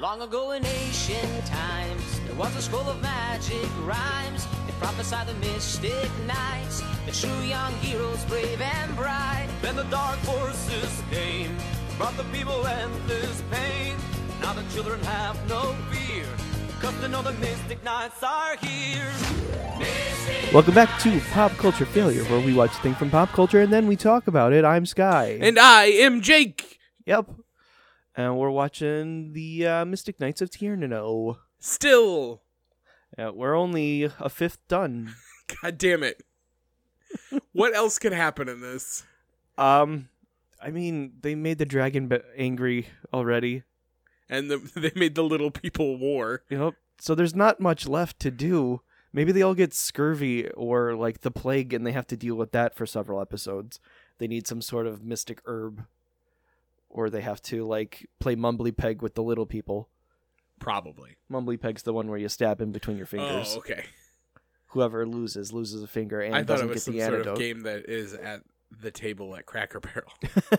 Long ago in ancient times, there was a scroll of magic rhymes that prophesied the mystic knights, the true young heroes, brave and bright. Then the dark forces came, brought the people endless pain. Now the children have no fear, cause they know the mystic knights are here. Welcome back to Pop Culture Failure, where we watch a thing from pop culture and then we talk about it. I'm Sky. And I am Jake. yep. And we're watching the uh, Mystic Knights of Tiernano. Still. Uh, we're only a fifth done. God damn it. what else could happen in this? Um, I mean, they made the dragon b- angry already. And the, they made the little people war. Yep. So there's not much left to do. Maybe they all get scurvy or like the plague and they have to deal with that for several episodes. They need some sort of mystic herb or they have to like play mumbly peg with the little people. Probably. Mumbly peg's the one where you stab in between your fingers. Oh, okay. Whoever loses loses a finger and I thought doesn't it was get some the sort antidote. of game that is at the table at Cracker Barrel. I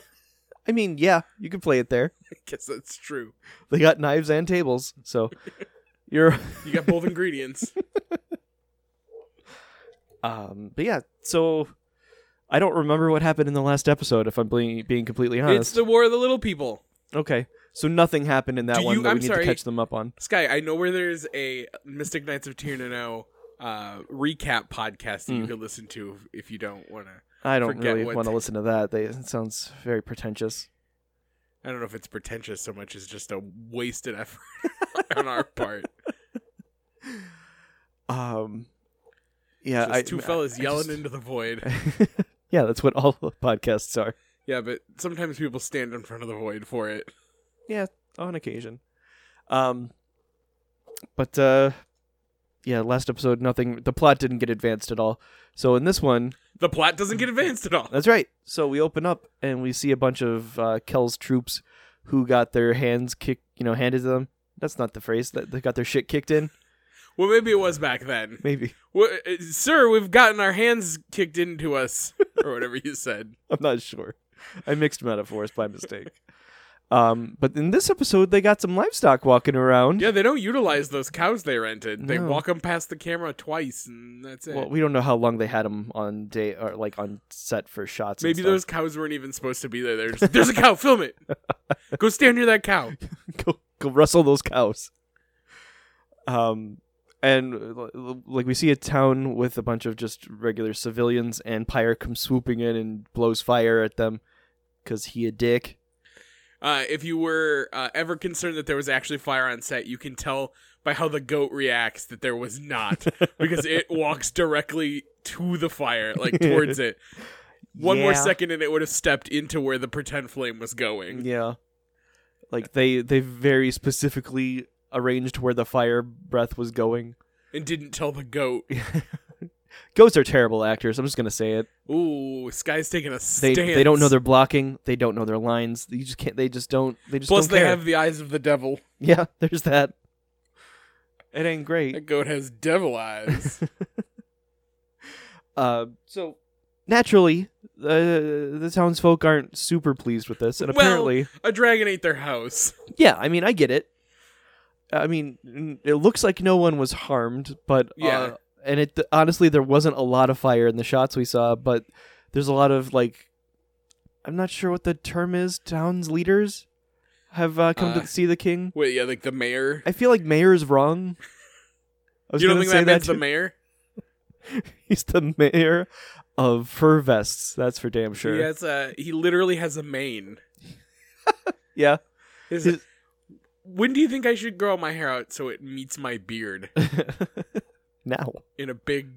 I mean, yeah, you can play it there. guess that's true. They got knives and tables, so you're You got both ingredients. um but yeah, so I don't remember what happened in the last episode if I'm being, being completely honest. It's the War of the Little People. Okay. So nothing happened in that Do one you- that I'm we need sorry. to catch them up on. Sky, I know where there's a Mystic Knights of Tirnano uh, recap podcast that you Mm. can listen to if, if you don't want to. I don't Forget really what- want to listen to that. They, it sounds very pretentious. I don't know if it's pretentious so much as just a wasted effort on our part. Um, yeah, just I, two I- fellas I yelling just- into the void. yeah, that's what all the podcasts are. Yeah, but sometimes people stand in front of the void for it. on occasion. Um, but uh, yeah, last episode, nothing. The plot didn't get advanced at all. So in this one, The plot doesn't get advanced at all. That's right. So we open up and we see a bunch of uh, Kell's troops who got their hands kicked, you know, handed to them. That's not the phrase. That they got their shit kicked in. Well, maybe it was back then. Maybe Well, uh, sir, we've gotten our hands kicked into us, or whatever you said. I'm not sure. I mixed metaphors by mistake. Um, but in this episode, they got some livestock walking around. Yeah, they don't utilize those cows they rented. They No. walk them past the camera twice, and that's it. Well, we don't know how long they had them on day or like on set for shots. and Maybe stuff. those cows weren't even supposed to be there. There's, there's a cow. Film it. Go stand near that cow. go go rustle those cows. Um, and l- l- like we see a town with a bunch of just regular civilians, and Pyre comes swooping in and blows fire at them because he a dick. Uh, if you were uh, ever concerned that there was actually fire on set, you can tell by how the goat reacts that there was not, because it walks directly to the fire, like towards it. One more Yeah. second, and it would have stepped into where the pretend flame was going. Yeah, like they they very specifically arranged where the fire breath was going. and didn't tell the goat. Ghosts are terrible actors. I'm just gonna say it. Ooh, Sky's taking a They stance. they don't know their blocking. They don't know their lines. You just can't. They just don't. They just Plus, don't they care. have the eyes of the devil. yeah. There's that. It ain't great. That goat has devil eyes. Uh, so naturally, uh, the townsfolk aren't super pleased with this, and Well- apparently, a dragon ate their house. yeah, I mean, I get it. I mean, n- it looks like no one was harmed, but yeah, Yeah. and it honestly, there wasn't a lot of fire in the shots we saw, but there's a lot of like, I'm not sure what the term is. Towns leaders have uh, come Uh, to see the king. Wait, yeah, like the mayor. I feel like mayor is wrong. I was You don't gonna think say that means that the mayor? he's the mayor of fur vests. That's for damn sure. He has a. He literally has a mane. Yeah. His- His- when do you think I should grow my hair out so it meets my beard now in a big,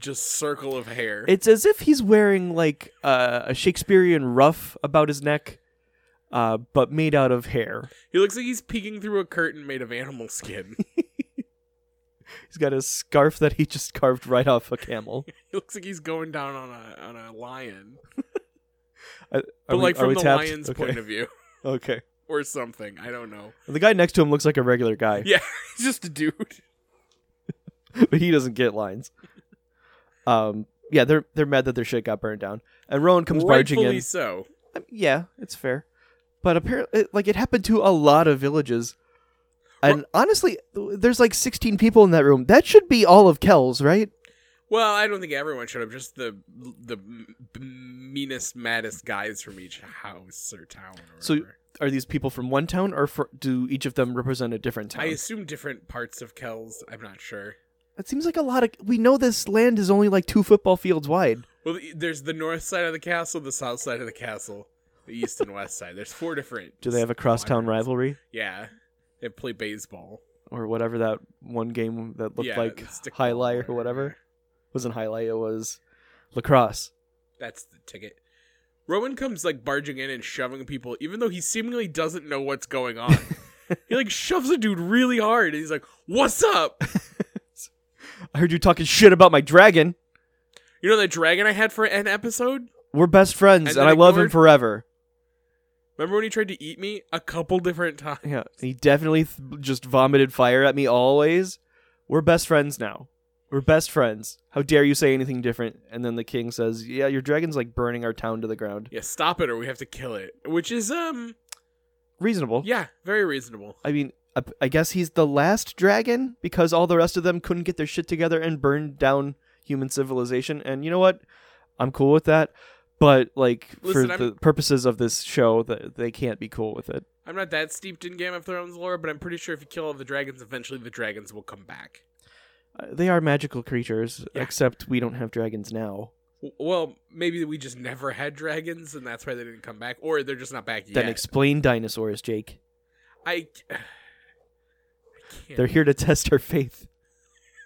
just circle of hair? it's as if he's wearing like uh, a Shakespearean ruff about his neck, uh, but made out of hair. he looks like he's peeking through a curtain made of animal skin. He's got a scarf that he just carved right off a camel. he looks like he's going down on a on a lion, Are but we- like are from we the tapped? lion's okay. point of view Okay, or something. I don't know. the guy next to him looks like a regular guy, Yeah, he's just a dude. but he doesn't get lines. Um, yeah, they're they're mad that their shit got burned down, and Rowan comes barging Rightfully in. so. Um, Yeah, it's fair, but apparently, like it happened to a lot of villages. And honestly, there's like 16 people in that room. That should be all of Kells, right? Well, I don't think everyone showed up. Just the the m- m- meanest, maddest guys from each house or town. Or So whatever. are these people from one town, or for, do each of them represent a different town? I assume different parts of Kells. I'm not sure. It seems like a lot of. We know this land is only like two football fields wide. Well, the- there's the north side of the castle, the south side of the castle, the east and west side. There's four different. Do they have a crosstown quadrants. rivalry Yeah, they play baseball. or whatever that one game that looked Yeah, like stickball highlight or or- whatever wasn't highlight? It was lacrosse. That's the ticket. Rowan comes like barging in and shoving people, even though he seemingly doesn't know what's going on. he like shoves a dude really hard, and he's like, "What's up?" I heard you talking shit about my dragon. You know that dragon I had for an episode? We're best friends, And then and, I love ignored? him forever. Remember when he tried to eat me a couple different times? Yeah, he definitely th- just vomited fire at me always. We're best friends now. We're best friends. How dare you say anything different? And then the king says, "Yeah, your dragon's like burning our town to the ground." Yeah, stop it or we have to kill it. Which is um Reasonable. yeah, very reasonable. I mean, I, I guess he's the last dragon because all the rest of them couldn't get their shit together and burned down human civilization. And you know what? I'm cool with that. But like Listen, for I'm- the purposes of this show, that they can't be cool with it. I'm not that steeped in Game of Thrones lore, but I'm pretty sure if you kill all the dragons, eventually the dragons will come back. Uh, They are magical creatures, Yeah. except we don't have dragons now. W- Well, maybe we just never had dragons, and that's why they didn't come back, or they're just not back yet. Then explain dinosaurs, Jake. I, I can't. They're here to test our faith.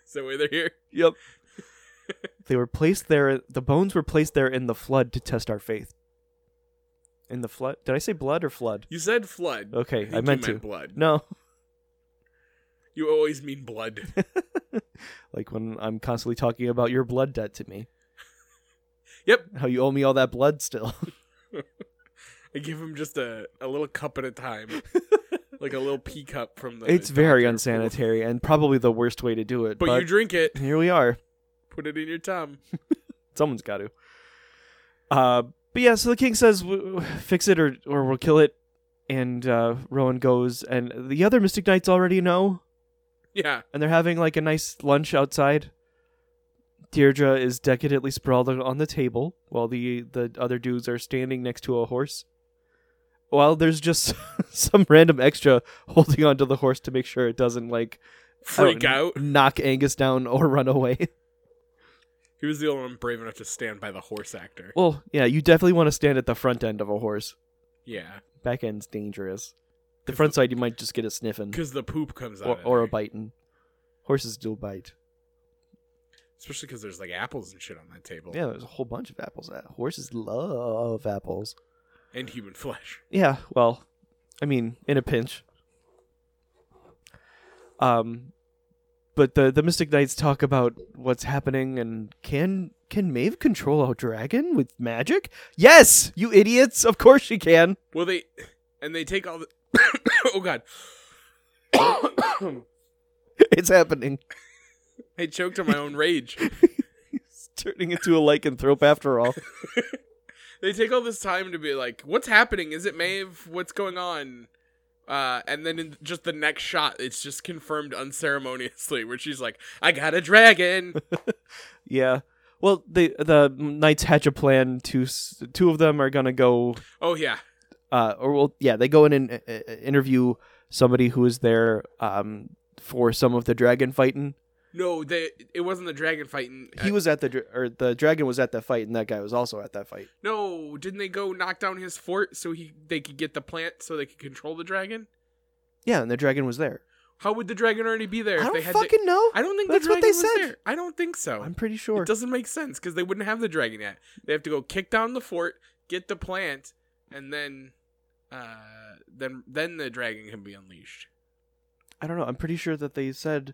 Is that why they're here? Yep. they were placed there. The bones were placed there in the flood to test our faith. In the flood? Did I say blood or flood? You said flood. Okay, think I, meant you to. meant blood. No. You always mean blood. like when I'm constantly talking about your blood debt to me. Yep. How you owe me all that blood still. I give him just a, a little cup at a time, like a little pea cup from the. it's very doctor. unsanitary and probably the worst way to do it. But, But, you drink it. here we are. Put it in your tum. Someone's got to. Uh, but yeah, so the king says, "W- w- "Fix it, or or we'll kill it." And uh, Rowan goes, and the other Mystic Knights already know, Yeah. and they're having like a nice lunch outside. Deirdre is decadently sprawled on the table while the the other dudes are standing next to a horse. While there's just some random extra holding onto the horse to make sure it doesn't like I don't Freak kn- out. knock Angus down, or run away. He was the only one brave enough to stand by the horse actor. well, yeah, you definitely want to stand at the front end of a horse. Yeah. Back end's dangerous. The front side, you might just get a sniffing Because the poop comes out. or, of or a there. biting. Horses do bite. Especially because there's like apples and shit on that table. Yeah, there's a whole bunch of apples. Uh, Horses love apples. And human flesh. Yeah, well, I mean, in a pinch. Um, but the the Mystic Knights talk about what's happening and can can Maeve control a dragon with magic? Yes, you idiots! Of course she can. Well, they. And they take all the. oh, God. It's happening. I choked on my own rage. It's turning into a lycanthrope after all. they take all this time to be like, "What's happening? Is it Maeve? What's going on?" Uh, and then in just the next shot, it's just confirmed unceremoniously, where she's like, "I got a dragon." Yeah. Well, the the knights hatch a plan. Two s- two of them are gonna go. oh yeah, Uh, or well, yeah, they go in and uh, uh, interview somebody who is there um for some of the dragon fighting. no, they it wasn't the dragon fighting. He Uh, was at the dra- or the dragon was at that fight, and that guy was also at that fight. no, didn't they go knock down his fort so he they could get the plant so they could control the dragon? Yeah, and the dragon was there. How would the dragon already be there? I if don't they had fucking know. The, I don't think That's the what dragon they was said. there. I don't think so. I'm pretty sure. It doesn't make sense because they wouldn't have the dragon yet. They have to go kick down the fort, get the plant, and then, uh, then then the dragon can be unleashed. I don't know. I'm pretty sure that they said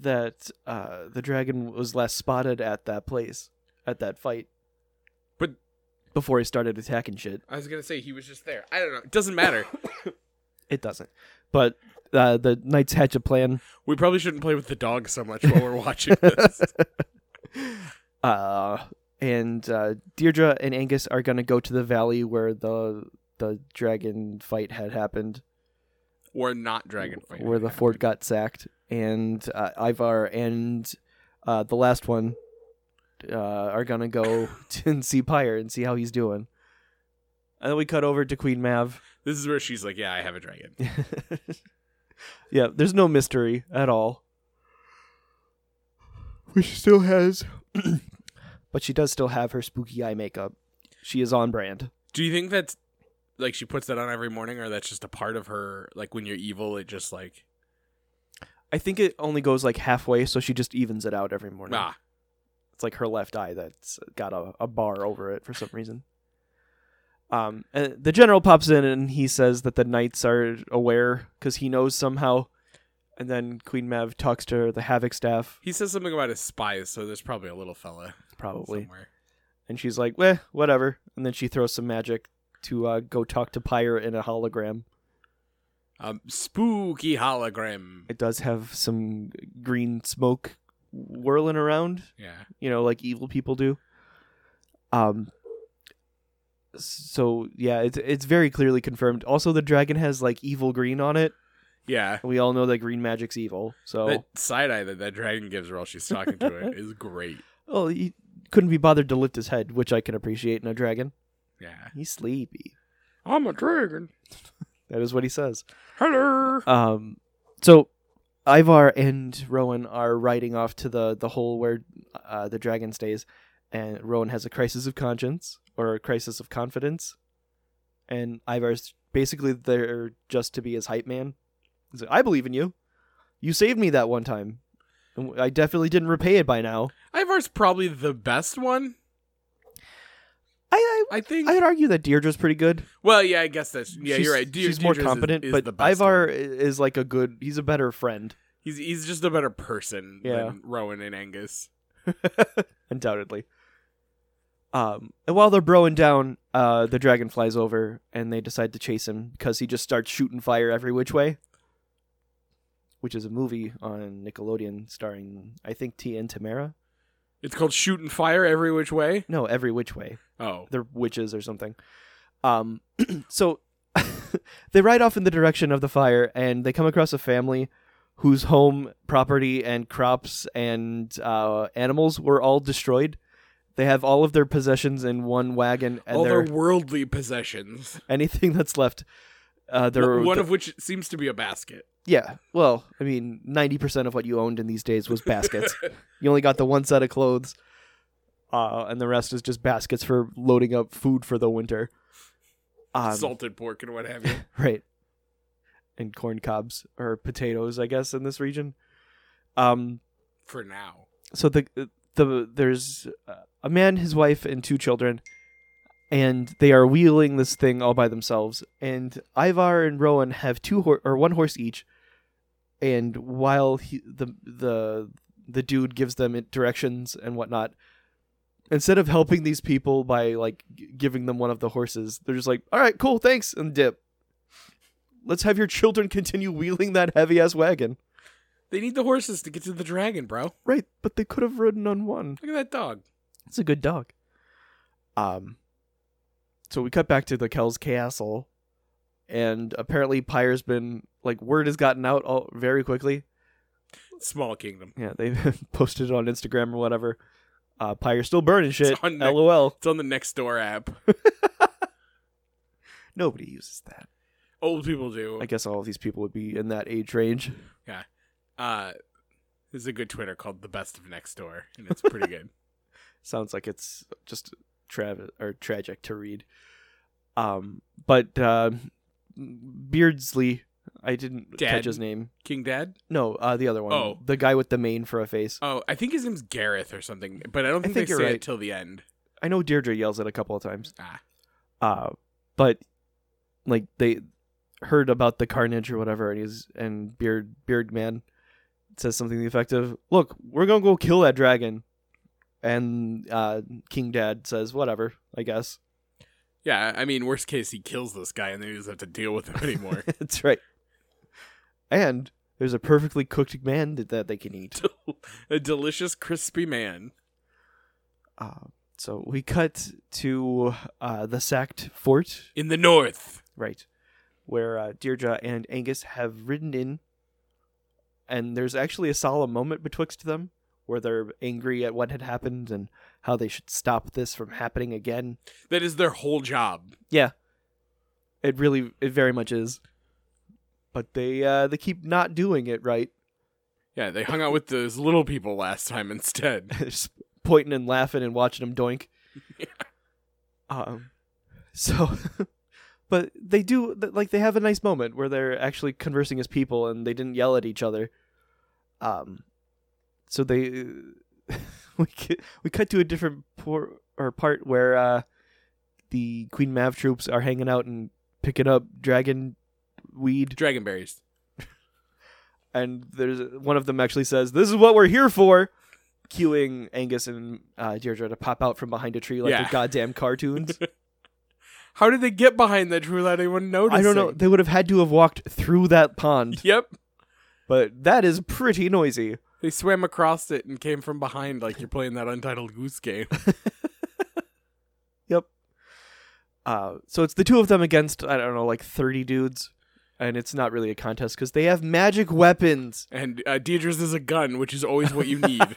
that uh, the dragon was last spotted at that place at that fight But before he started attacking shit. I was gonna say he was just there. I don't know. It doesn't matter. It doesn't. But uh, the knights hatch a plan. we probably shouldn't play with the dog so much while we're watching this. uh, and uh, Deirdre and Angus are gonna go to the valley where the the dragon fight had happened. were not dragon fighting. where the fort got sacked, and uh, Ivar and uh, the last one uh, are gonna go to and see Pyre and see how he's doing. And then we cut over to Queen Mav. This is where she's like, "Yeah, I have a dragon." yeah, there's no mystery at all. Which still has, but she does still have her spooky eye makeup. She is on brand. Do you think that's like she puts that on every morning, or that's just a part of her? Like when you're evil, it just like I think it only goes like halfway, so she just evens it out every morning. ah. It's like her left eye that's got a, a bar over it for some reason. Um, and the general pops in and he says that the knights are aware because he knows somehow. And then Queen Mav talks to the Havoc staff, He says something about his spies, so there's probably a little fella probably. somewhere. And she's like, "Well, whatever." And then she throws some magic to uh, go talk to Pyre in a hologram. Um, spooky hologram. It does have some green smoke whirling around, Yeah, you know, like evil people do. Um. So yeah, it's it's very clearly confirmed. Also, the dragon has like evil green on it. yeah. We all know that green magic's evil. So That side eye that that dragon gives her while she's talking to it is great. oh, he couldn't be bothered to lift his head, which I can appreciate in a dragon. Yeah, He's sleepy. I'm a dragon. That is what he says. Hello. Um, so Ivar and Rowan are riding off to the the hole where uh, the dragon stays, and Rowan has a crisis of conscience or a crisis of confidence, and Ivar's basically there just to be his hype man. He's like, "I believe in you. You saved me that one time. And I definitely didn't repay it by now. Ivar's probably the best one. I I think. I, I'd argue that Deirdre's pretty good. well, yeah, I guess that's yeah. She's- you're right. Deidre- she's more Deidre's is- competent, is but the best Ivar one. is like a good. He's a better friend, he's he's just a better person Yeah. than Rowan and Angus. undoubtedly. Um, and while they're broing down, uh, the dragon flies over and they decide to chase him because he just starts shooting fire every which way. Which is a movie on Nickelodeon starring, I think, Tia and Tamara. It's called shooting fire every which way. No, every which way. Oh, They're witches or something. Um, so they ride off in the direction of the fire and they come across a family whose home, property, and crops and uh, animals were all destroyed. They have all of their possessions in one wagon and all their their worldly possessions. anything that's left. Uh, there, One of which seems to be a basket. yeah. Well, I mean, ninety percent of what you owned in these days was baskets. you only got the one set of clothes, uh, and the rest is just baskets for loading up food for the winter. Um, salted pork and what have you. right? And corn cobs or potatoes, I guess, in this region. Um, For now, so the the there's uh, a man, his wife, and two children, and they are wheeling this thing all by themselves. And Ivar and Rowan have two hor- or one horse each, and while he, the the the dude gives them directions and whatnot. Instead of helping these people by like g- giving them one of the horses, they're just like, "All right, cool, thanks," and dip. Let's have your children continue wheeling that heavy ass wagon. they need the horses to get to the dragon, bro. Look Right, but they could have ridden on one. at that dog. It's a good dog. Um, so we cut back to the Kells Castle, and apparently Pyre's been like word has gotten out all very quickly. Small kingdom. Yeah, they posted it on Instagram or whatever. Uh, Pyre's still burning shit. on the- LOL. It's on the next door app. Nobody uses that. Old people do. I guess all of these people would be in that age range. uh, there's a good Twitter called "The Best of Next Door," and it's pretty good. Sounds like it's just trav or tragic to read. Um, but uh, Beardsley, I didn't Dad. catch his name. King Dad? No, uh, the other one. Oh. The guy with the mane for a face. Oh, I think his name's Gareth or something, but I don't I think, think they you're say right. it till the end. I know Deirdre yells it a couple of times. Ah. Uh, but like they heard about the carnage or whatever and he's and Beard Beard Man says something to the effect of, Look, we're gonna go kill that dragon and uh, King Dad says, Whatever, I guess. Yeah, I mean, worst case, he kills this guy, and then he doesn't have to deal with him anymore. That's right. And there's a perfectly cooked man that, that they can eat. a delicious, crispy man. Uh, so we cut to uh, the sacked fort In the north, Right. where uh, Deirdre and Angus have ridden in, and there's actually a solemn moment betwixt them where they're angry at what had happened and how they should stop this from happening again. That is their whole job. Yeah, it really, it very much is. But they uh, they keep not doing it right, Yeah, they hung out with those little people last time instead. just pointing and laughing and watching them doink. Um, so, but they do th- like they have a nice moment where they're actually conversing as people and they didn't yell at each other. Um, so they we cu- we cut to a different por- or part where uh, the Queen Mav troops are hanging out and picking up dragon weed Dragonberries. and there's one of them actually says, "This is what we're here for," cueing Angus and uh, Deirdre to pop out from behind a tree like Yeah. the goddamn cartoons. How did they get behind that tree without anyone noticing? I don't know. They would have had to have walked through that pond, Yep. but that is pretty noisy. They swam across it and came from behind like you're playing that Untitled Goose game. Yep. Uh, so it's the two of them against I don't know, like thirty dudes, and it's not really a contest because they have magic weapons. And uh, Deidre's is a gun, which is always what you need.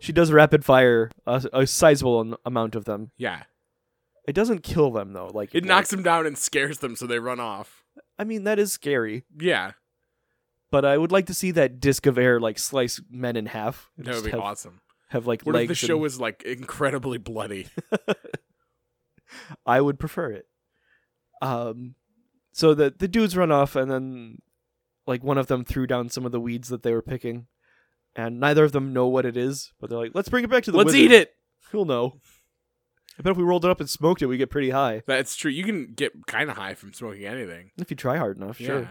She does rapid fire a, a sizable an- amount of them. yeah. It doesn't kill them though. Like It knocks them down and scares them so they run off. I mean, that is scary. Yeah. but I would like to see that disc of air like slice men in half. That would Just be have, awesome. Have like What if legs. the show and- was like incredibly bloody? I would prefer it. Um, so the the dudes run off, and then like one of them threw down some of the weeds that they were picking, and neither of them know what it is. But they're like, "Let's bring it back to the Let's wizard. eat it. He'll know." I bet if we rolled it up and smoked it, we get pretty high That's true. You can get kind of high from smoking anything. if you try hard enough. Sure. Yeah.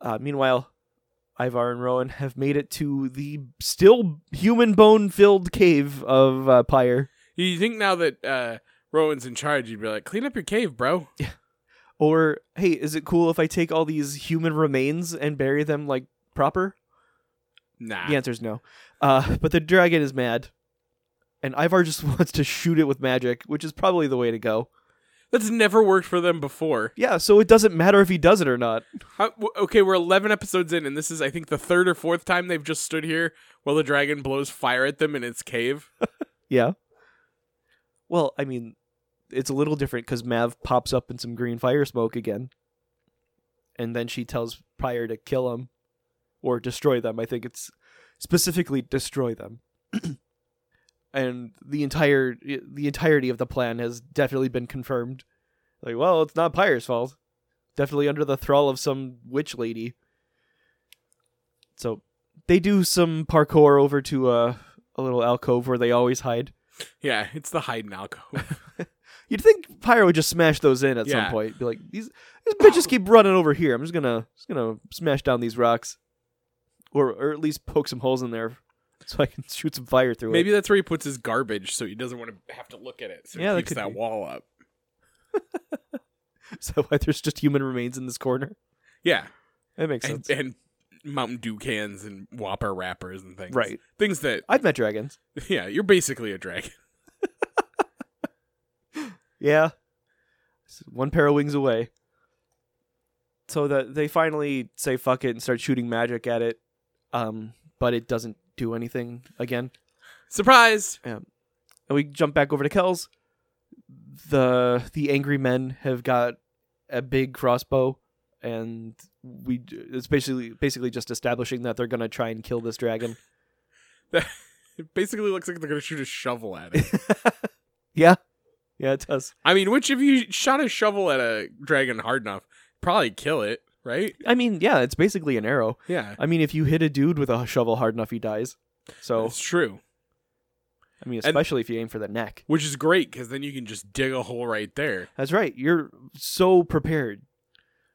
Uh, meanwhile, Ivar and Rowan have made it to the still human bone filled cave of uh, Pyre. You think now that uh, Rowan's in charge, you'd be like, clean up your cave, bro. Or hey, is it cool if I take all these human remains and bury them like proper? Nah. The answer is no. Uh, but the dragon is mad, and Ivar just wants to shoot it with magic, which is probably the way to go. That's never worked for them before. Yeah, so it doesn't matter if he does it or not. How, w- okay, we're 11 episodes in, and this is, I think, the third or fourth time they've just stood here while the dragon blows fire at them in its cave. Yeah. Well, I mean, it's a little different because Mav pops up in some green fire smoke again, and then she tells Pryor to kill him or destroy them. I think it's specifically destroy them. and the entire the entirety of the plan has definitely been confirmed. Like, well, it's not Pyre's fault. Definitely under the thrall of some witch lady. So they do some parkour over to uh, a, a little alcove where they always hide. Yeah, it's the hide and alcove. You'd think Pyro would just smash those in at Yeah. some point. Be like, these these bitches keep running over here. I'm just gonna just gonna smash down these rocks, or or at least poke some holes in there, so I can shoot some fire through Maybe it. that's where he puts his garbage so he doesn't want to have to look at it. So Yeah, he that keeps could that be. wall up. So why there's just human remains in this corner? Yeah. That makes And, sense, and Mountain Dew cans and Whopper wrappers and things. right? Things that, I've met dragons. yeah, you're basically a dragon. Yeah, It's one pair of wings away. So that they finally say fuck it and start shooting magic at it, um, but it doesn't do anything again. Surprise! and we jump back over to Kells. The the angry men have got a big crossbow, and we d- it's basically basically just establishing that they're gonna try and kill this dragon. It basically looks like they're going to shoot a shovel at it. yeah, yeah, it does. I mean, which if you shot a shovel at a dragon hard enough, probably kill it, right? I mean, yeah, it's basically an arrow. Yeah, I mean, if you hit a dude with a shovel hard enough, he dies. So that's true. I mean, especially if you aim for the neck. Which is great because then you can just dig a hole right there. That's right. You're so prepared.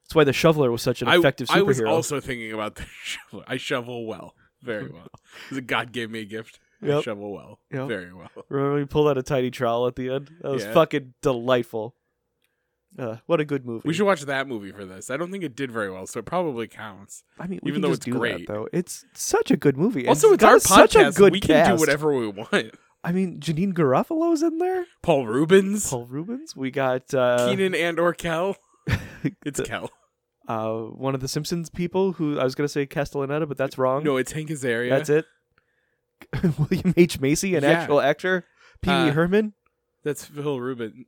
That's why the shoveler was such an I, effective superhero. I was also thinking about the shovel. I shovel well, very well. 'Cause God gave me a gift. I Yep. shovel well, Yep. very well. Remember we pulled out a tiny trowel at the end? That was Yeah. fucking delightful. Uh, what a good movie. We should watch that movie for this. I don't think it did very well, so it probably counts. I mean, we even can though just it's do great. that, though. It's such a good movie. and Also, it's got our podcast. Such a good we cast. can do whatever we want. I mean, Janine Garofalo's in there. Paul Rubens, Paul Rubens. We got uh, Keenan, and or Kel. It's Kel. uh, one of the Simpsons people who I was going to say Castellaneta, but that's wrong. No, it's Hank Azaria. that's it. William H Macy, an Yeah. actual actor. Pee Wee Uh, Herman. That's Phil Rubin.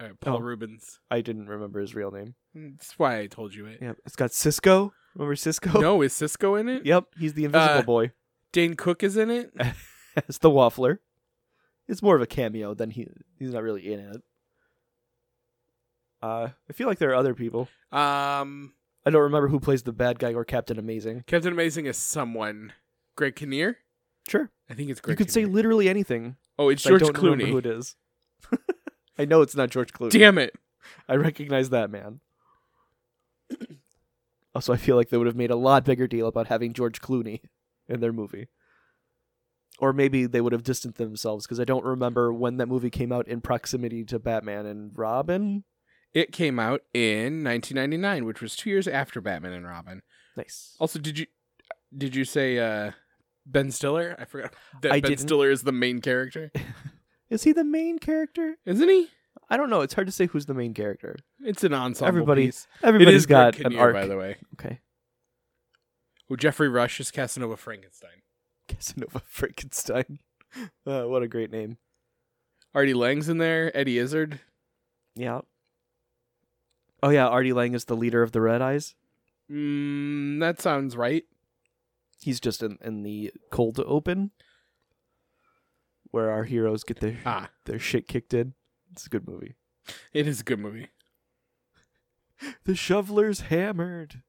Uh, Paul Oh. Rubens. I didn't remember his real name. That's why I told you it. Yeah, it's got Cisco. Remember Cisco? No, is Cisco in it? Yep, he's the Invisible Uh, Boy. Dane Cook is in it. It's the Waffler. It's more of a cameo than he. He's not really in it. Uh, I feel like there are other people. Um, I don't remember who plays the bad guy or Captain Amazing. Captain Amazing is someone. Greg Kinnear. Sure, I think it's Greg. you could say Kinnear. literally anything. Oh, it's but George I don't remember who Clooney. it is. I know it's not George Clooney. Damn it! I recognize that man. also, I feel like they would have made a lot bigger deal about having George Clooney in their movie. Or maybe they would have distanced themselves because I don't remember when that movie came out in proximity to Batman and Robin. It came out in 1999, which was two years after Batman and Robin. Nice. Also, did you did you say uh, Ben Stiller? I forgot that I Ben didn't. Stiller is the main character, Is he the main character? isn't he? I don't know. It's hard to say who's the main character. It's an ensemble. Everybody- piece. Everybody's it is Greg got an Kinnear, arc. by the way. Okay. Who Jeffrey Rush is Casanova Frankenstein. Casanova Frankenstein. Uh, what a great name. Artie Lang's in there. Eddie Izzard. Yeah. Oh, yeah. Artie Lang is the leader of the Red Eyes. Mm, that sounds right. he's just in, in the cold open where our heroes get their Ah. their shit kicked in. It's a good movie. It is a good movie. The shoveler's hammered.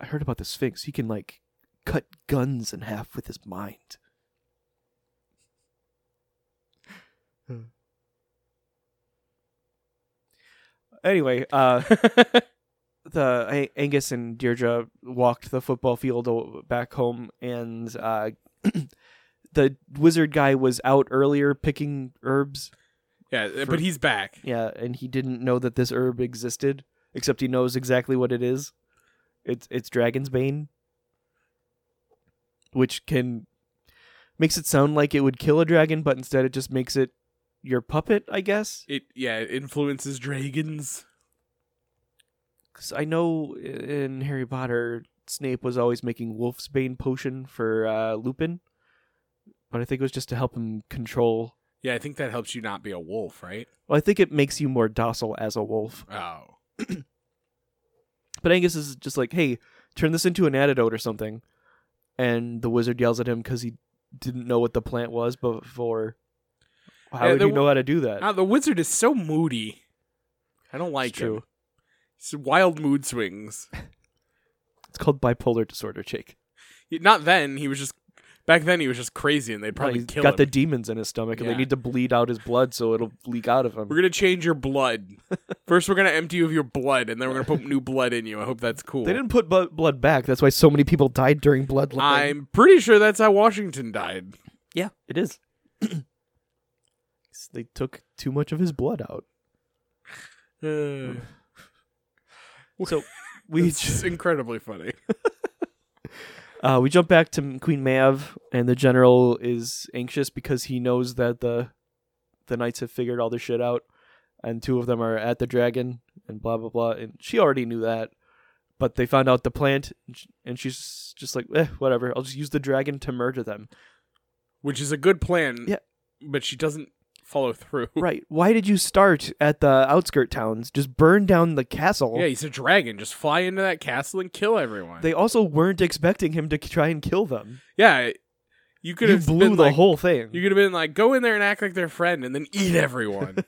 I heard about the Sphinx. He can like cut guns in half with his mind. Hmm. Anyway, uh the A- Angus and Deirdre walked the football field o- back home, and uh, the wizard guy was out earlier picking herbs. yeah, For- but he's back. Yeah, and he didn't know that this herb existed, except he knows exactly what it is. It's it's dragon's bane, which can makes it sound like it would kill a dragon, but instead it just makes it your puppet, I guess. It yeah, it influences dragons. 'Cause I know in Harry Potter, Snape was always making Wolf's Bane potion for uh, Lupin, but I think it was just to help him control. Yeah, I think that helps you not be a wolf, right? Well, I think it makes you more docile as a wolf. Oh. But Angus is just like, "Hey, turn this into an antidote or something," and the wizard yells at him because he didn't know what the plant was before. How Yeah, would the you know how to do that? Now the wizard is so moody. I don't like It's true. him. It's wild mood swings. It's called bipolar disorder, Jake. Not then, he was just back then he was just crazy and they'd probably He's kill got him. the demons in his stomach, and they Yeah. need to bleed out his blood so it'll leak out of him. we're gonna change your blood. First we're gonna empty you of your blood and then we're gonna put new blood in you. I hope that's cool. They didn't put bu- blood back. That's why so many people died during bloodletting. I'm pretty sure that's how Washington died. yeah, it is. they took too much of his blood out. Uh, So we it's just incredibly funny. uh, we jump back to Queen Mav, and the general is anxious because he knows that the the knights have figured all their shit out, and two of them are at the dragon, and blah blah blah. And she already knew that, but they found out the plant, and sh- and she's just like, eh, whatever. I'll just use the dragon to murder them. Which is a good plan. Yeah. But she doesn't follow through. right? Why did you start at the outskirt towns? Just burn down the castle. Yeah, he's a dragon. Just fly into that castle and kill everyone. They also weren't expecting him to k- try and kill them. yeah, you could You have blew been the like, whole thing, You could have been like, go in there and act like their friend, and then eat everyone,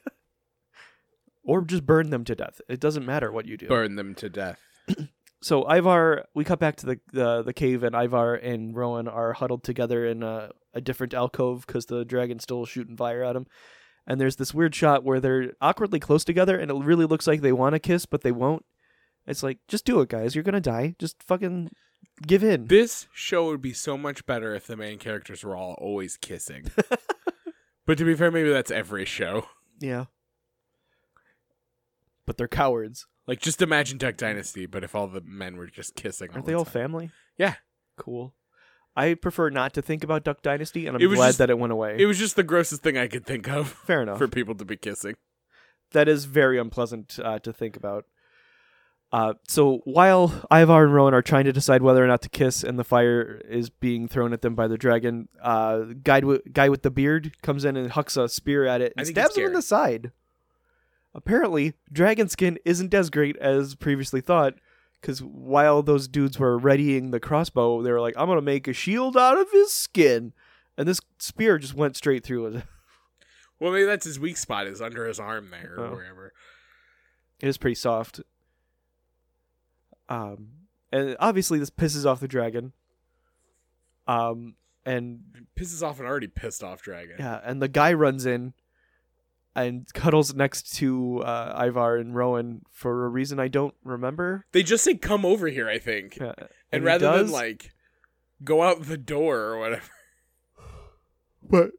or just burn them to death. It doesn't matter what you do. burn them to death. So Ivar, we cut back to the the, the cave, and Ivar and Rowan are huddled together in a, a different alcove because the dragon's still shooting fire at him. And there's this weird shot where they're awkwardly close together, and it really looks like they want to kiss, but they won't. It's like, just do it, guys. You're gonna die. Just fucking give in. This show would be so much better if the main characters were all always kissing. but to be fair, maybe that's every show. Yeah. But they're cowards. Like, just imagine Duck Dynasty, but if all the men were just kissing, Aren't the they all time. family? Yeah. Cool. I prefer not to think about Duck Dynasty, and I'm It was glad just- that it went away. It was just the grossest thing I could think of Fair enough. for people to be kissing. that is very unpleasant uh, to think about. Uh, so while Ivar and Rowan are trying to decide whether or not to kiss, and the fire is being thrown at them by the dragon, uh, guy w- guy with the beard comes in and hucks a spear at it I and think it's stabs him in Gary. the side. Apparently, dragon skin isn't as great as previously thought, because while those dudes were readying the crossbow, they were like, "I'm gonna make a shield out of his skin," and this spear just went straight through it. Well, maybe that's his weak spot is under his arm there or Oh. wherever. It is pretty soft. Um, and obviously this pisses off the dragon. Um, and Pisses off an already pissed off dragon. yeah, and the guy runs in and cuddles next to uh, Ivar and Rowan for a reason I don't remember. They just say come over here, I think. Yeah, and he rather does, than like go out the door or whatever. but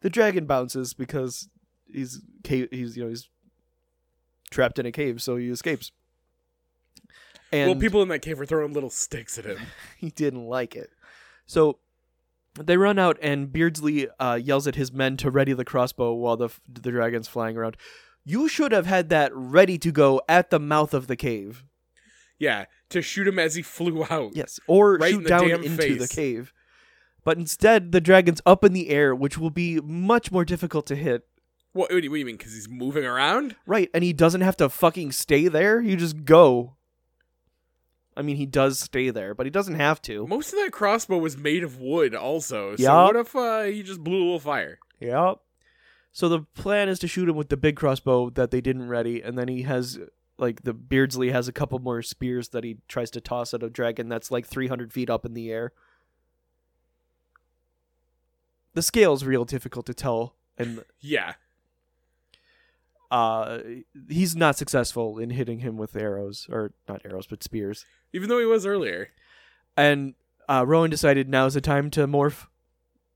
the dragon bounces because he's ca- he's you know he's trapped in a cave, so he escapes. And well, people in that cave were throwing little sticks at him. he didn't like it. So they run out, and Beardsley uh, yells at his men to ready the crossbow while the the dragon's flying around. You should have had that ready to go at the mouth of the cave. Yeah, to shoot him as he flew out. Yes, or Right in shoot the down damn into the face. cave. But instead, the dragon's up in the air, which will be much more difficult to hit. What, what do you what do you mean? Because he's moving around? Right, and he doesn't have to fucking stay there. You just go. I mean, he does stay there, but he doesn't have to. Most of that crossbow was made of wood, also. So Yeah. what if uh, he just blew a little fire? Yep. So the plan is to shoot him with the big crossbow that they didn't ready, and then he has like the Beardsley has a couple more spears that he tries to toss at a dragon that's like 300 feet up in the air. The scale's real difficult to tell, and Yeah, uh, he's not successful in hitting him with arrows or not arrows but spears. even though he was earlier. And uh, Rowan decided now's the time to morph,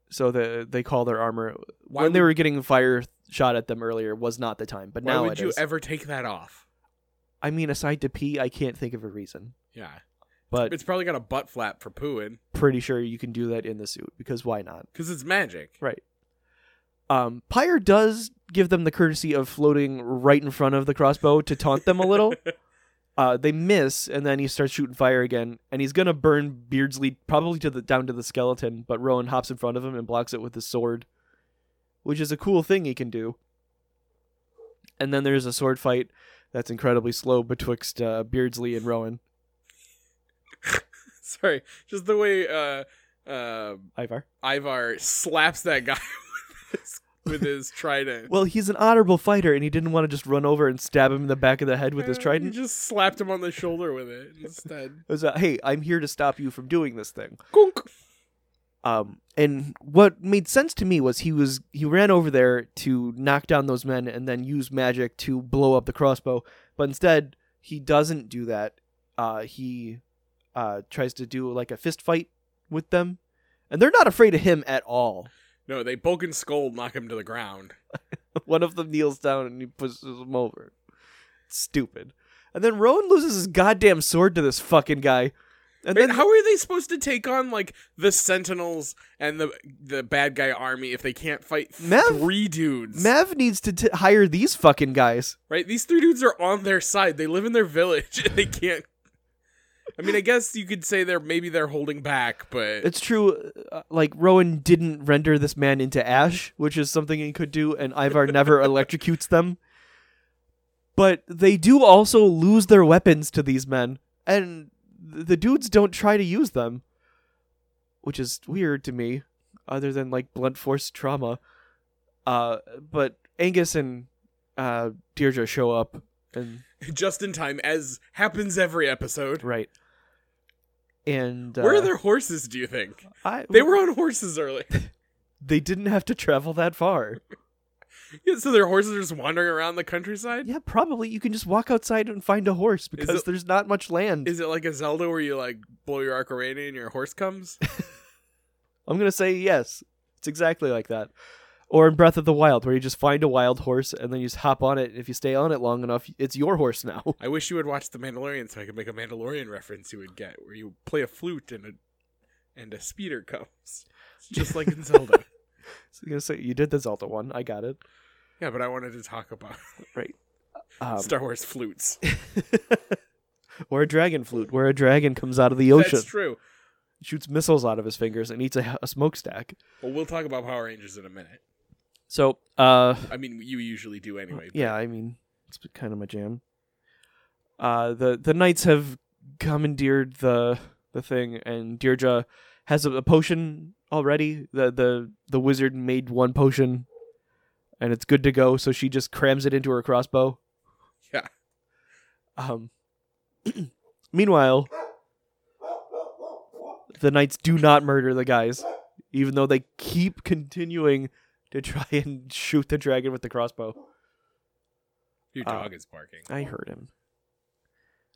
so the, they call their armor. Why when they would- were getting the fire shot at them earlier, was not the time, but Why now would it you is. ever take that off? I mean, aside to pee, I can't think of a reason. Yeah, But it's probably got a butt flap for pooing pretty sure you can do that in the suit because why not? because it's magic. Right. Um, Pyre does give them the courtesy of floating right in front of the crossbow to taunt them a little. Uh, they miss, and then he starts shooting fire again, and he's gonna burn Beardsley probably to the down to the skeleton. But Rowan hops in front of him and blocks it with his sword, which is a cool thing he can do. And then there's a sword fight that's incredibly slow betwixt uh, Beardsley and Rowan. Sorry, just the way uh, uh, Ivar. Ivar slaps that guy with his, with his trident. Well, he's an honorable fighter, and he didn't want to just run over and stab him in the back of the head with his Uh, trident. He just slapped him on the shoulder with it instead. It was a, hey, I'm here to stop you from doing this thing. Gunk. Um, and what made sense to me was he was he ran over there to knock down those men and then use magic to blow up the crossbow. But instead, he doesn't do that. Uh, he uh, tries to do like a fist fight with them, and they're not afraid of him at all. No, they poke and scold, knock him to the ground. One of them kneels down and he pushes him over. Stupid. And then Rowan loses his goddamn sword to this fucking guy. And And then how are they supposed to take on like the Sentinels and the the bad guy army if they can't fight Mav- three dudes? Mav needs to t- hire these fucking guys. right? These three dudes are on their side. They live in their village and they can't. I mean, I guess you could say they're maybe they're holding back, but It's true. Uh, like Rowan didn't render this man into ash, which is something he could do, and Ivar never electrocutes them. But they do also lose their weapons to these men, and th- the dudes don't try to use them, which is weird to me. Other than like blunt force trauma, uh, but Angus and uh, Deirdre show up, and just in time, as happens every episode. right, and uh, Where are their horses? Do you think I, they were on horses earlier? they didn't have to travel that far. yeah, so their horses are just wandering around the countryside. Yeah, probably. You can just walk outside and find a horse because it- there's not much land. Is it like a Zelda where you like blow your Arcarena and your horse comes? I'm going to say yes. It's exactly like that. Or in Breath of the Wild, where you just find a wild horse and then you just hop on it. If you stay on it long enough, it's your horse now. I wish you would watch The Mandalorian so I could make a Mandalorian reference you would get, where you play a flute and a and a speeder comes, It's just like in Zelda. So you're going to say, you did the Zelda one. I got it. Yeah, but I wanted to talk about Right. Um, Star Wars flutes. or a dragon flute, where a dragon comes out of the ocean, That's true. shoots missiles out of his fingers, and eats a, a smokestack. Well, we'll talk about Power Rangers in a minute. So, uh, I mean, you usually do anyway. yeah, I mean, it's kind of my jam. Uh, the the knights have commandeered the the thing, and Deirdre has a, a potion already. the the The wizard made one potion, and it's good to go. So she just crams it into her crossbow. Yeah. Um. meanwhile, the knights do not murder the guys, even though they keep continuing to try and shoot the dragon with the crossbow. Your Uh, dog is barking. I heard him.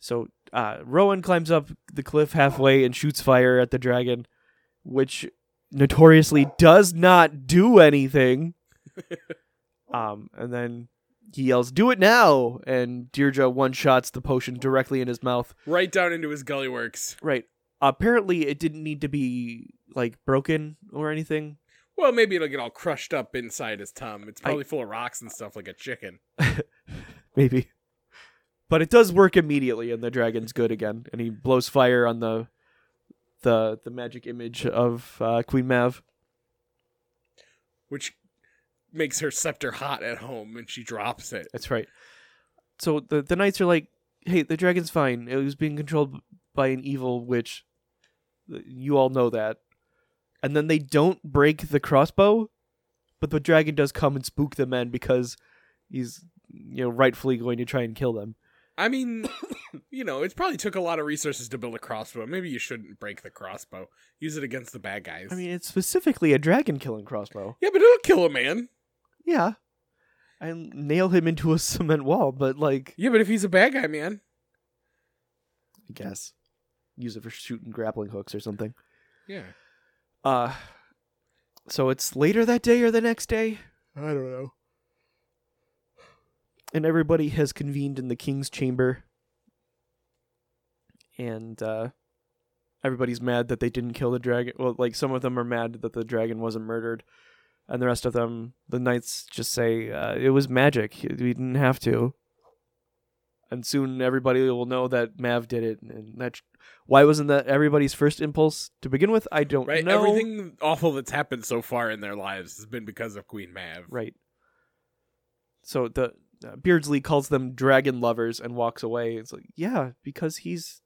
So uh, Rowan climbs up the cliff halfway and shoots fire at the dragon, which notoriously does not do anything. um, and then he yells, "Do it now!" And Deirdre one shots the potion directly in his mouth. Right down into his gully works. Right. Apparently, it didn't need to be like broken or anything. Well, maybe it'll get all crushed up inside his tum. It's probably full of rocks and stuff like a chicken. Maybe. But it does work immediately and the dragon's good again and he blows fire on the the the magic image of uh, Queen Mav. which makes her scepter hot at home and she drops it. That's right. So the the knights are like, "Hey, the dragon's fine. It was being controlled by an evil witch. You all know that." And then they don't break the crossbow, but the dragon does come and spook the men because he's you know rightfully going to try and kill them. I mean, you know, it probably took a lot of resources to build a crossbow. Maybe you shouldn't break the crossbow. Use it against the bad guys. I mean, it's specifically a dragon killing crossbow. yeah, but it'll kill a man. Yeah. And nail him into a cement wall, but like Yeah, but if he's a bad guy, man. I guess. Use it for shooting grappling hooks or something. Yeah. Uh so it's later that day or the next day? I don't know. And everybody has convened in the king's chamber. And uh everybody's mad that they didn't kill the dragon. Well, like some of them are mad that the dragon wasn't murdered. And the rest of them, the knights just say, uh, it was magic. We didn't have to. and soon everybody will know that Mav did it. And that why wasn't that everybody's first impulse to begin with? I don't Right? know. Everything awful that's happened so far in their lives has been because of Queen Mav. Right. So the uh, Beardsley calls them dragon lovers and walks away. It's like yeah, because he's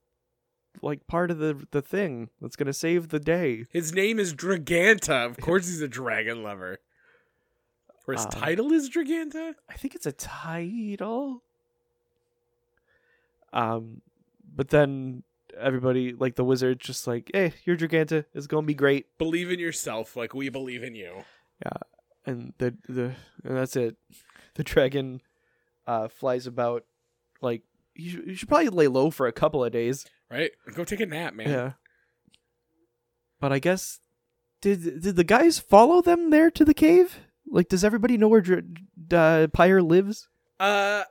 like part of the the thing that's gonna save the day. His name is Draganta. Of course he's a dragon lover. Or his Um, title is Draganta? I think it's a title. Um, but then everybody like the wizard just like hey your giganta is gonna be great Believe in yourself like we believe in you. and the the and that's it. The dragon uh, flies about like you should, you should probably lay low for a couple of days. Right? Go take a nap, man. But I guess did did the guys follow them there to the cave? Like, does everybody know where Dr- uh, Pyre lives? Uh,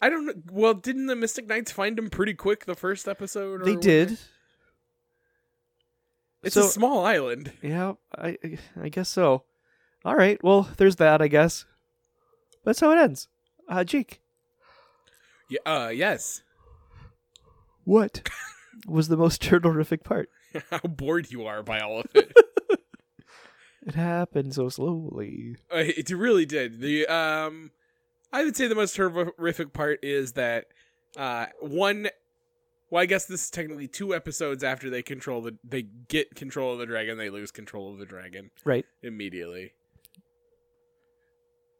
I don't know. Well, didn't the Mystic Knights find him pretty quick the first episode? Or They what? did. It's So- a small island. Yeah, I I- I guess so. All right. Well, there's that. I guess that's how it ends. Uh, Jake, Yeah, uh, yes. what was the most turtlerific part? How bored you are by all of it. It happened so slowly. Uh, it really did. The um, I would say the most horrific part is that uh, one. Well, I guess this is technically two episodes after they control the they get control of the dragon, they lose control of the dragon Right. immediately.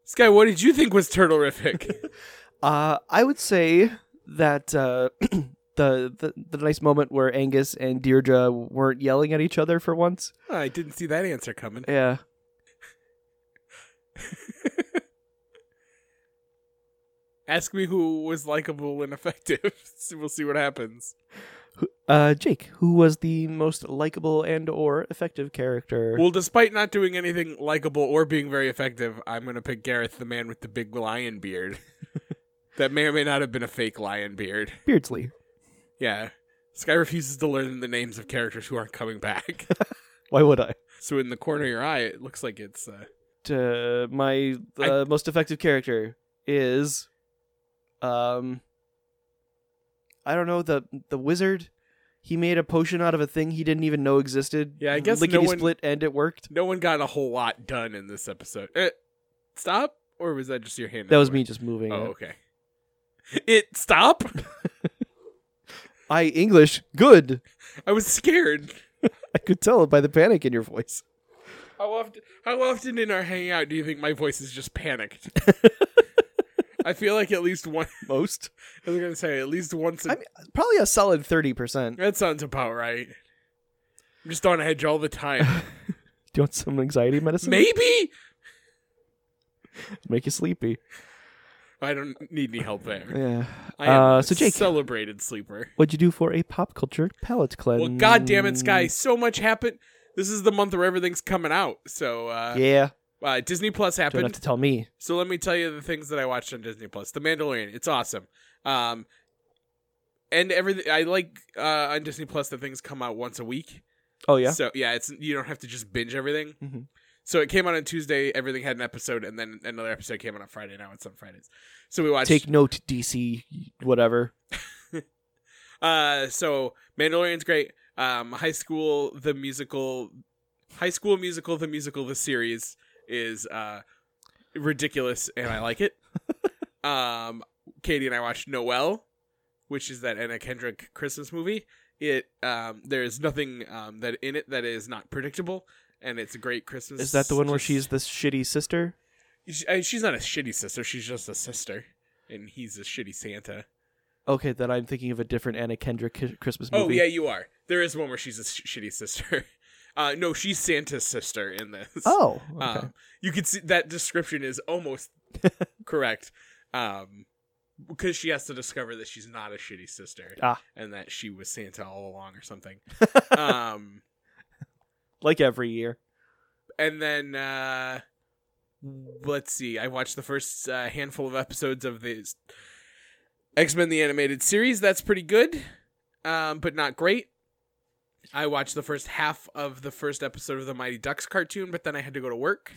Sky, what did you think was turtlerific? Uh, I would say that uh, the, the the nice moment where Angus and Deirdre weren't yelling at each other for once. I didn't see that answer coming. Yeah. Ask me who was likable and effective. So we'll see what happens. Uh, Jake, who was the most likable and or effective character? Well, despite not doing anything likable or being very effective, I'm going to pick Gareth, the man with the big lion beard. that may or may not have been a fake lion beard. Beardsley. Yeah. Sky refuses to learn the names of characters who aren't coming back. Why would I? so in the corner of your eye, it looks like it's uh, uh, my uh, I- most effective character is, um, I don't know the the wizard. He made a potion out of a thing he didn't even know existed. Yeah, I guess no lickety one- split, and it worked. No one got a whole lot done in this episode. Eh, stop, or was that just your hand? That was over? me just moving. Oh, it. okay. It stop. I English good. I was scared. I could tell by the panic in your voice. How often? How often in our hangout do you think my voice is just panicked? I feel like at least one. Most I was gonna say at least once. A, I mean- probably a solid thirty percent. that sounds about right. I'm just on edge all the time. Do you want some anxiety medicine? Maybe Make you sleepy. I don't need any help there. Yeah. I am Uh, a so Jake- celebrated sleeper. What'd you do for a pop culture palate cleanse? Well, God damn it, Sky! So much happened. This is the month where everything's coming out. So uh, Yeah. uh, Disney Plus Don't have happened. to tell me. So let me tell you the things that I watched on Disney Plus. The Mandalorian, it's awesome. Um, and everything I like uh, on Disney Plus, the things come out once a week. Oh yeah. So yeah, it's you don't have to just binge everything. Mhm. So it came out on Tuesday. Everything had an episode, and then another episode came out on Friday. Now it's on Fridays. So we watched. Take note, DC. Whatever. uh, so Mandalorian's great. Um, High School the musical, High School Musical the musical the series is uh ridiculous, and I like it. um, Katie and I watched Noel, which is that Anna Kendrick Christmas movie. It um, there is nothing um that in it that is not predictable, and it's a great Christmas. Is that the one where just- she's this shitty sister? She- I- She's not a shitty sister. She's just a sister, and he's a shitty Santa. Okay, then I'm thinking of a different Anna Kendrick ki- Christmas movie. Oh yeah, you are. There is one where she's a sh- shitty sister. Uh, no, she's Santa's sister in this. Oh. Okay. Um, you could see that description is almost correct, um, because she has to discover that she's not a shitty sister Ah. and that she was Santa all along or something. um, like every year. and then uh, let's see. I watched the first uh, handful of episodes of the X Men: The Animated Series. That's pretty good, um, but not great. I watched the first half of the first episode of the Mighty Ducks cartoon, but then I had to go to work.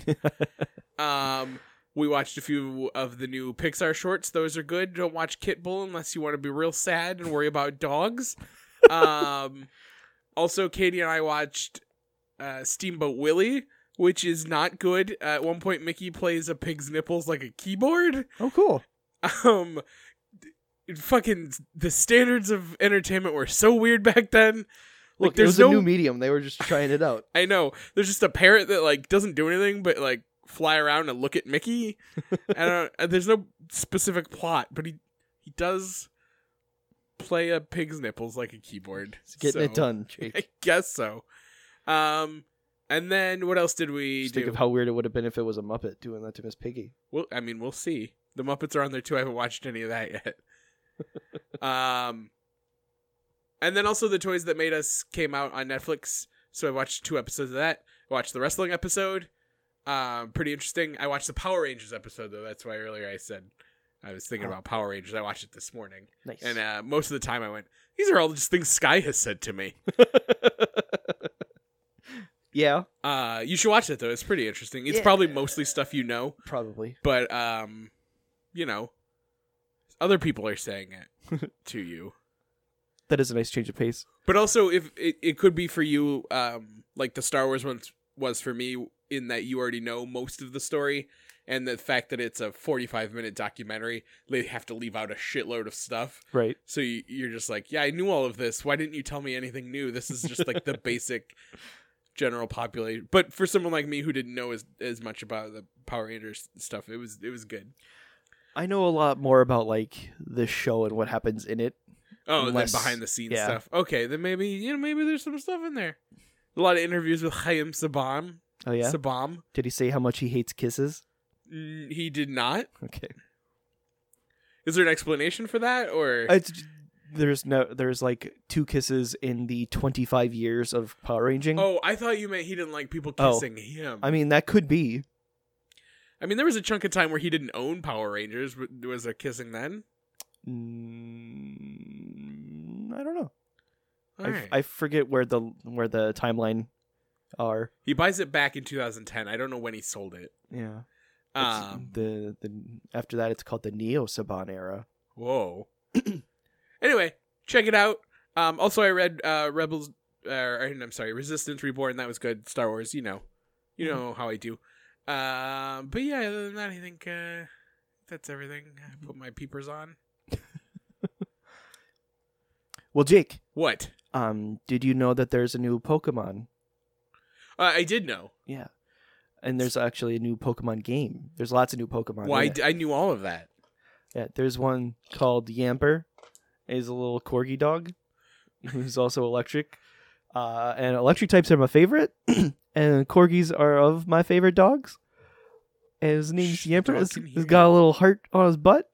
um, we watched a few of the new Pixar shorts. Those are good. Don't watch Kit Bull unless you want to be real sad and worry about dogs. um, also, Katie and I watched uh, Steamboat Willie, which is not good. Uh, at one point, Mickey plays a pig's nipples like a keyboard. Oh cool. Um, d- fucking the standards of entertainment were so weird back then. Like, Look, it there's was no. a new medium. They were just trying it out. I know. There's just a parrot that like doesn't do anything but like fly around and look at Mickey. I don't. uh, There's no specific plot, but he he does play a pig's nipples like a keyboard. It's getting it So, done. I Jake. guess so. Um, and then what else did we Just do? think of how weird it would have been if it was a Muppet doing that to Miss Piggy. Well, I mean, we'll see. The Muppets are on there too. I haven't watched any of that yet. um, and then also the toys that made us came out on Netflix. So I watched two episodes of that. Watched the wrestling episode. Um, pretty interesting. I watched the Power Rangers episode though. That's why earlier I said I was thinking about Power Rangers. I watched it this morning, Nice. and uh, most of the time I went, "These are all just things Sky has said to me." yeah, Uh, you should watch it though. It's pretty interesting. It's Yeah. probably mostly stuff you know. probably. but um you know other people are saying it to you That is a nice change of pace. but also if it, it could be for you um like the star wars one was for me in that you already know most of the story and the fact that it's a 45 minute documentary they have to leave out a shitload of stuff Right. so you, you're just like yeah i knew all of this why didn't you tell me anything new this is just like the basic general population but for someone like me who didn't know as, as much about the power rangers stuff it was it was good I know a lot more about like this show and what happens in it. Oh, and then Unless- behind the scenes yeah. stuff. Okay, then maybe you know maybe there's some stuff in there. A lot of interviews with Chaim Sabam. Oh yeah. Sabam. Did he say how much he hates kisses? Mm, He did not. Okay. Is there an explanation for that or It's j- there's no there's like two kisses in the 25 years of power ranging. Oh, I thought you meant he didn't like people Oh. kissing him. I mean that could be. I mean, there was a chunk of time where he didn't own Power Rangers. W- Was there kissing then? Mm, I don't know. All Mm, I, right. I forget where the where the timeline are. He buys it back in 2010. I don't know when he sold it. Yeah. It's Um, the the after that it's called the Neo Saban era. Whoa. anyway, check it out. Um, also, I read uh, Rebels. Uh, I'm sorry, Resistance Reborn. That was good. Star Wars. You know, you know how I do. Um, but yeah, other than that, I think uh, that's everything. I put my peepers on. Well, Jake, What? um, did you know that there's a new Pokemon? Uh, I did know. Yeah, and there's actually a new Pokemon game. There's lots of new Pokemon. Why? yeah. d I I knew all of that. Yeah, there's one called Yamper. Is a little corgi dog, who's also electric. Uh, and electric types are my favorite, and corgis are of my favorite dogs. And his name's Shh, Yamper. dog He's- can he's hear. got a little heart on his butt.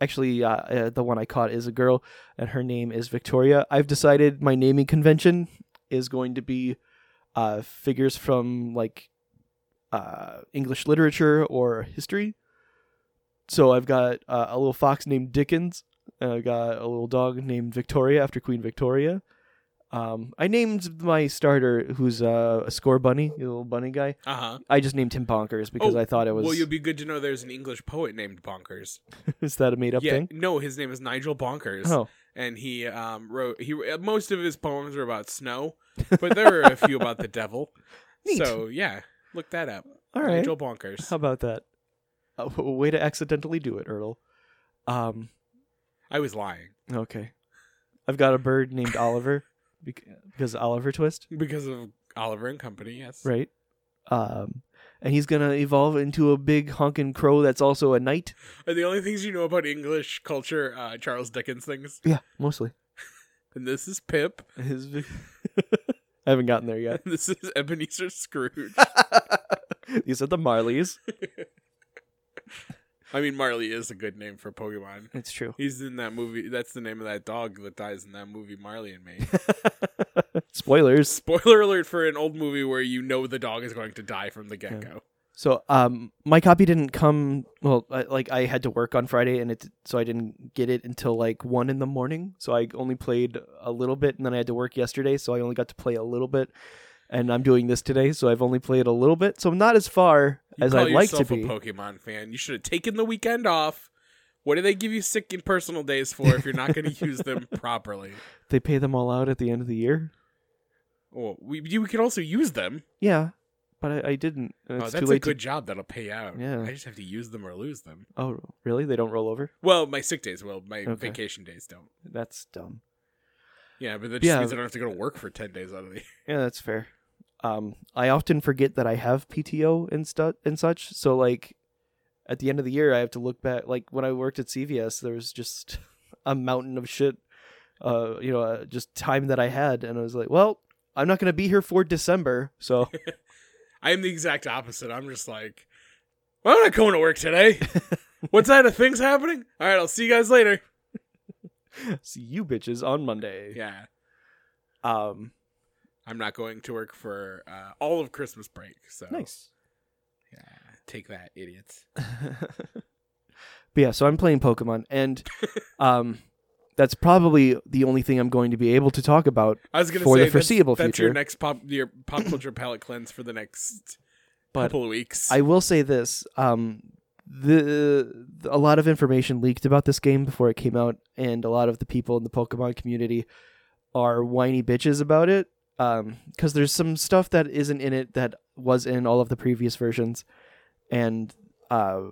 Actually, uh, uh, the one I caught is a girl, and her name is Victoria. I've decided my naming convention is going to be uh, figures from like uh, English literature or history. So I've got uh, a little fox named Dickens, and I've got a little dog named Victoria after Queen Victoria. Um, I named my starter, who's uh, a score bunny, the little bunny guy. Uh huh. I just named him Bonkers because Oh, I thought it was. Well, you'd be good to know there's an English poet named Bonkers. is that a made up yeah. thing? No, his name is Nigel Bonkers. Oh, and he um wrote he most of his poems were about snow, but there were a few about the devil. Neat. So yeah, look that up. all right. Nigel Bonkers. How about that? A w- way to accidentally do it, Ertl. Um, I was lying okay. I've got a bird named Oliver bec- because Oliver Twist. because of Oliver and Company. Yes, right? Um, and he's gonna evolve into a big honking crow that's also a knight. Are the only things you know about English culture uh, Charles Dickens things? Yeah, mostly. And this is Pip. His big- I haven't gotten there yet. And this is Ebenezer Scrooge. These are the Marleys. I mean, Marley is a good name for Pokemon. It's true. He's in that movie. That's the name of that dog that dies in that movie, Marley and Me. Spoilers. Spoiler alert for an old movie where you know the dog is going to die from the get go. So, um, my copy didn't come. Well, I, like I had to work on Friday, and it so I didn't get it until like one in the morning. So I only played a little bit, and then I had to work yesterday, so I only got to play a little bit. And I'm doing this today, so I've only played a little bit. So I'm not as far You as call I'd like to yourself be. a Pokemon fan. You should have taken the weekend off. What do they give you sick and personal days for if you're not going to use them properly? they pay them all out at the end of the year. Well, we you can also use them. Yeah, but I, I didn't. and oh, It's too that's a late. good job that'll pay out. Yeah. I just have to use them or lose them. to... Oh, really? They don't roll over? Well, my sick days will. My Okay. vacation days don't. That's dumb. Yeah, but that just Yeah. means I don't have to go to work for ten days out of the. Yeah, that's fair. Um, I often forget that I have PTO and stuff and such. So like, at the end of the year, I have to look back. Like when I worked at CVS, there was just a mountain of shit. Uh, you know, uh, just time that I had, and I was like, well, I'm not gonna be here for December, so I am the exact opposite. I'm just like, well, I'm not going to work today. What's that? of things happening? All right, I'll see you guys later. see you bitches on Monday. Yeah, Um, I'm not going to work for uh, all of Christmas break. So nice. Yeah, take that, idiots. but yeah, so I'm playing Pokemon, and um, that's probably the only thing I'm going to be able to talk about. I was gonna For say the foreseeable that's, that's your future. next pop your pop culture palate cleanse for the next But couple of weeks. I will say this: um, the a lot of information leaked about this game before it came out, and a lot of the people in the Pokemon community are whiny bitches about it because there's some stuff that isn't in it that was in all of the previous versions, and uh,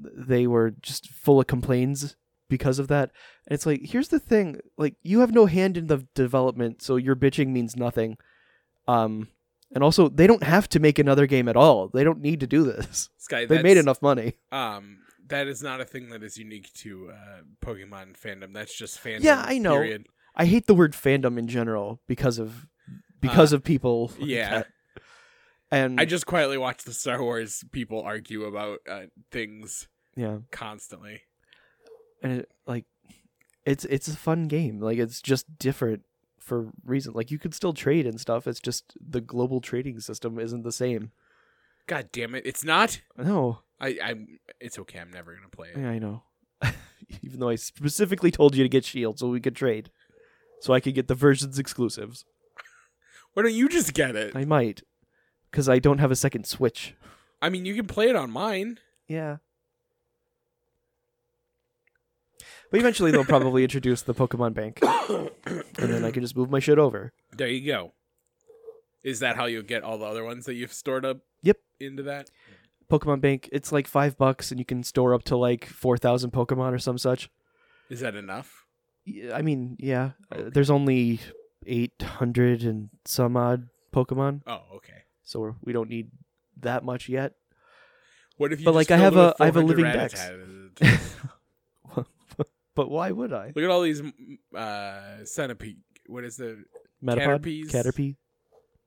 they were just full of complaints because of that. And it's like, here's the thing: like you have no hand in the development, so your bitching means nothing. Um, and also, they don't have to make another game at all. They don't need to do this. Sky, They that's- made enough money. Um, that is not a thing that is unique to uh, Pokemon fandom. That's just fandom. Yeah, I know. Period. I hate the word fandom in general because of because of people. like Uh, yeah. that. and I just quietly watch the Star Wars people argue about uh, things yeah, constantly. and it, like it's it's a fun game. Like it's just different for reason. Like you could still trade and stuff. It's just the global trading system isn't the same. God damn it! It's not. No, I. I'm. It's okay. I'm never gonna play it. yeah, I know. Even though I specifically told you to get Shield so we could trade, so I could get the versions exclusives. Why don't you just get it? I might, because I don't have a second Switch. I mean, you can play it on mine. Yeah. But eventually they'll probably introduce the Pokemon Bank, and then I can just move my shit over. There you go. Is that how you get all the other ones that you've stored up? Yep. Into that. Pokemon Bank, it's like five bucks, and you can store up to like four thousand Pokemon or some such. Is that enough? Y- I mean, yeah, uh, there's only eight hundred and some odd Pokemon, Oh, okay. so we're- we don't need that much yet. What if you? But, just like, I have filled it a- I with have a living 400 dex. Rattatas? But why would I? Look at all these mm, uh, centipede. What is the Metapod, Caterpies. Caterpie,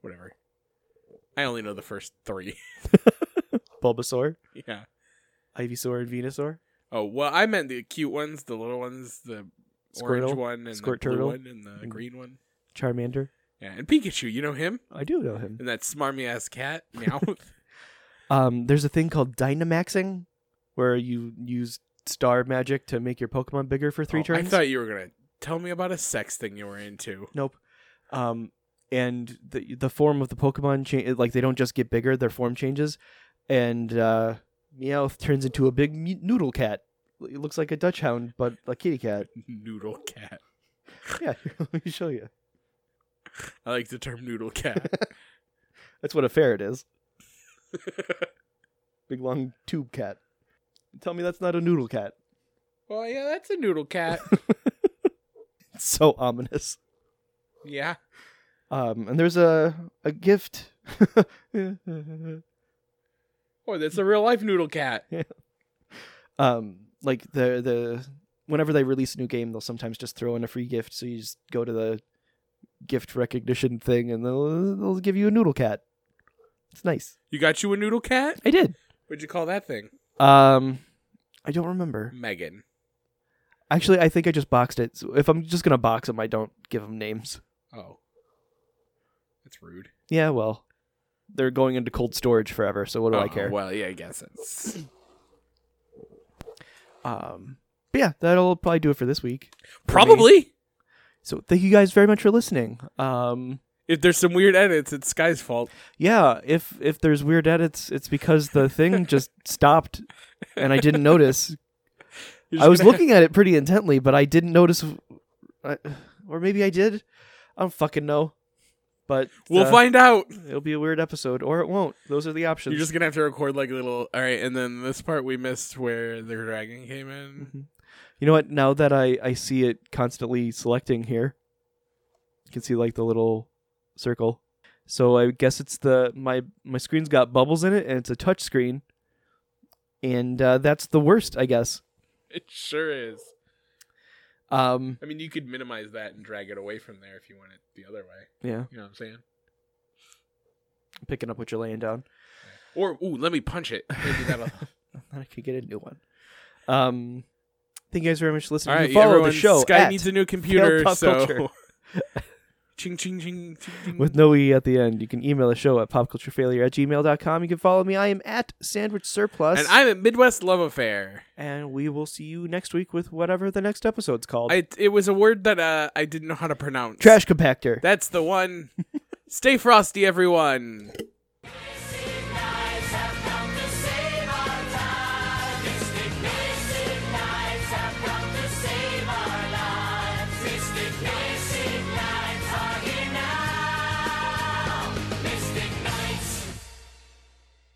whatever? I only know the first three. Bulbasaur, yeah. Ivysaur, and Venusaur. Oh well, I meant the cute ones, the little ones, the orange Squirtle, one, and Squirt the blue Turtle, Mm-hmm. one, and the and- green one. Charmander. Yeah, and Pikachu. You know him I do know him. and that smarmy ass cat meow. Um, there's a thing called Dynamaxing, where you use star magic to make your Pokemon bigger for three Three turns. Oh, I thought you were gonna tell me about a sex thing you were into. Nope. Um, and the the form of the Pokemon change like they don't just get bigger; their form changes, and uh, Meowth turns into a big mu- noodle cat. It looks like a Dutch hound, but a kitty cat. Noodle cat. Yeah, let me show you. I like the term noodle cat. That's what a ferret is. Big long tube cat. Tell me that's not a noodle cat. well, yeah, that's a noodle cat. It's so ominous. yeah. Um, and there's a a gift. Oh, that's a real life noodle cat. um, like the the whenever they release a new game, they'll sometimes just throw in a free gift. So you just go to the gift recognition thing, and they'll they'll give you a noodle cat. It's nice. You got you a noodle cat? I did. What'd you call that thing? Um, I don't remember. Megan. Actually, I think I just boxed it. So if I'm just gonna box them, I don't give them names. Oh. That's rude. Yeah, well, they're going into cold storage forever. So what do I Oh, care? Well, yeah, I guess it's. Um, but yeah, that'll probably do it for this week. for me. Probably. So thank you guys very much for listening. Um, If there's some weird edits, it's Sky's fault. yeah, if if there's weird edits, it's because the thing just stopped and I didn't notice. You're just I was gonna looking at it pretty intently, but I didn't notice, I, or maybe I did. I don't fucking know. But have- We'll uh, find out. It'll be a weird episode, or it won't. Those are the options. You're just gonna have to record like a little. All right, and then this part we missed where the dragon came Mm-hmm. in. You know what? Now that I I see it constantly selecting here, you can see like the little circle. So I guess it's the my my screen's got bubbles in it, and it's a touch screen, and uh, that's the worst, I guess. It sure is. Um, I mean, you could minimize that and drag it away from there if you want it the other way. yeah, You know what I'm saying? picking up what you're laying down. Or ooh, let me punch it. Maybe that'll. I could get a new one. Um, thank you guys very much for All listening. You right, follow everyone. the show Sky at- needs a new computer, Pop Culture. so. ching ching ching ching. ching. with no e at the end. You can email the show at popculturefailure at gmail.com. You can follow me. I am at sandwich surplus. and I'm at Midwest Love Affair. and we will see you next week with whatever the next episode's called. I it was a word that uh, I didn't know how to pronounce. Trash compactor. That's the one. Stay frosty, everyone.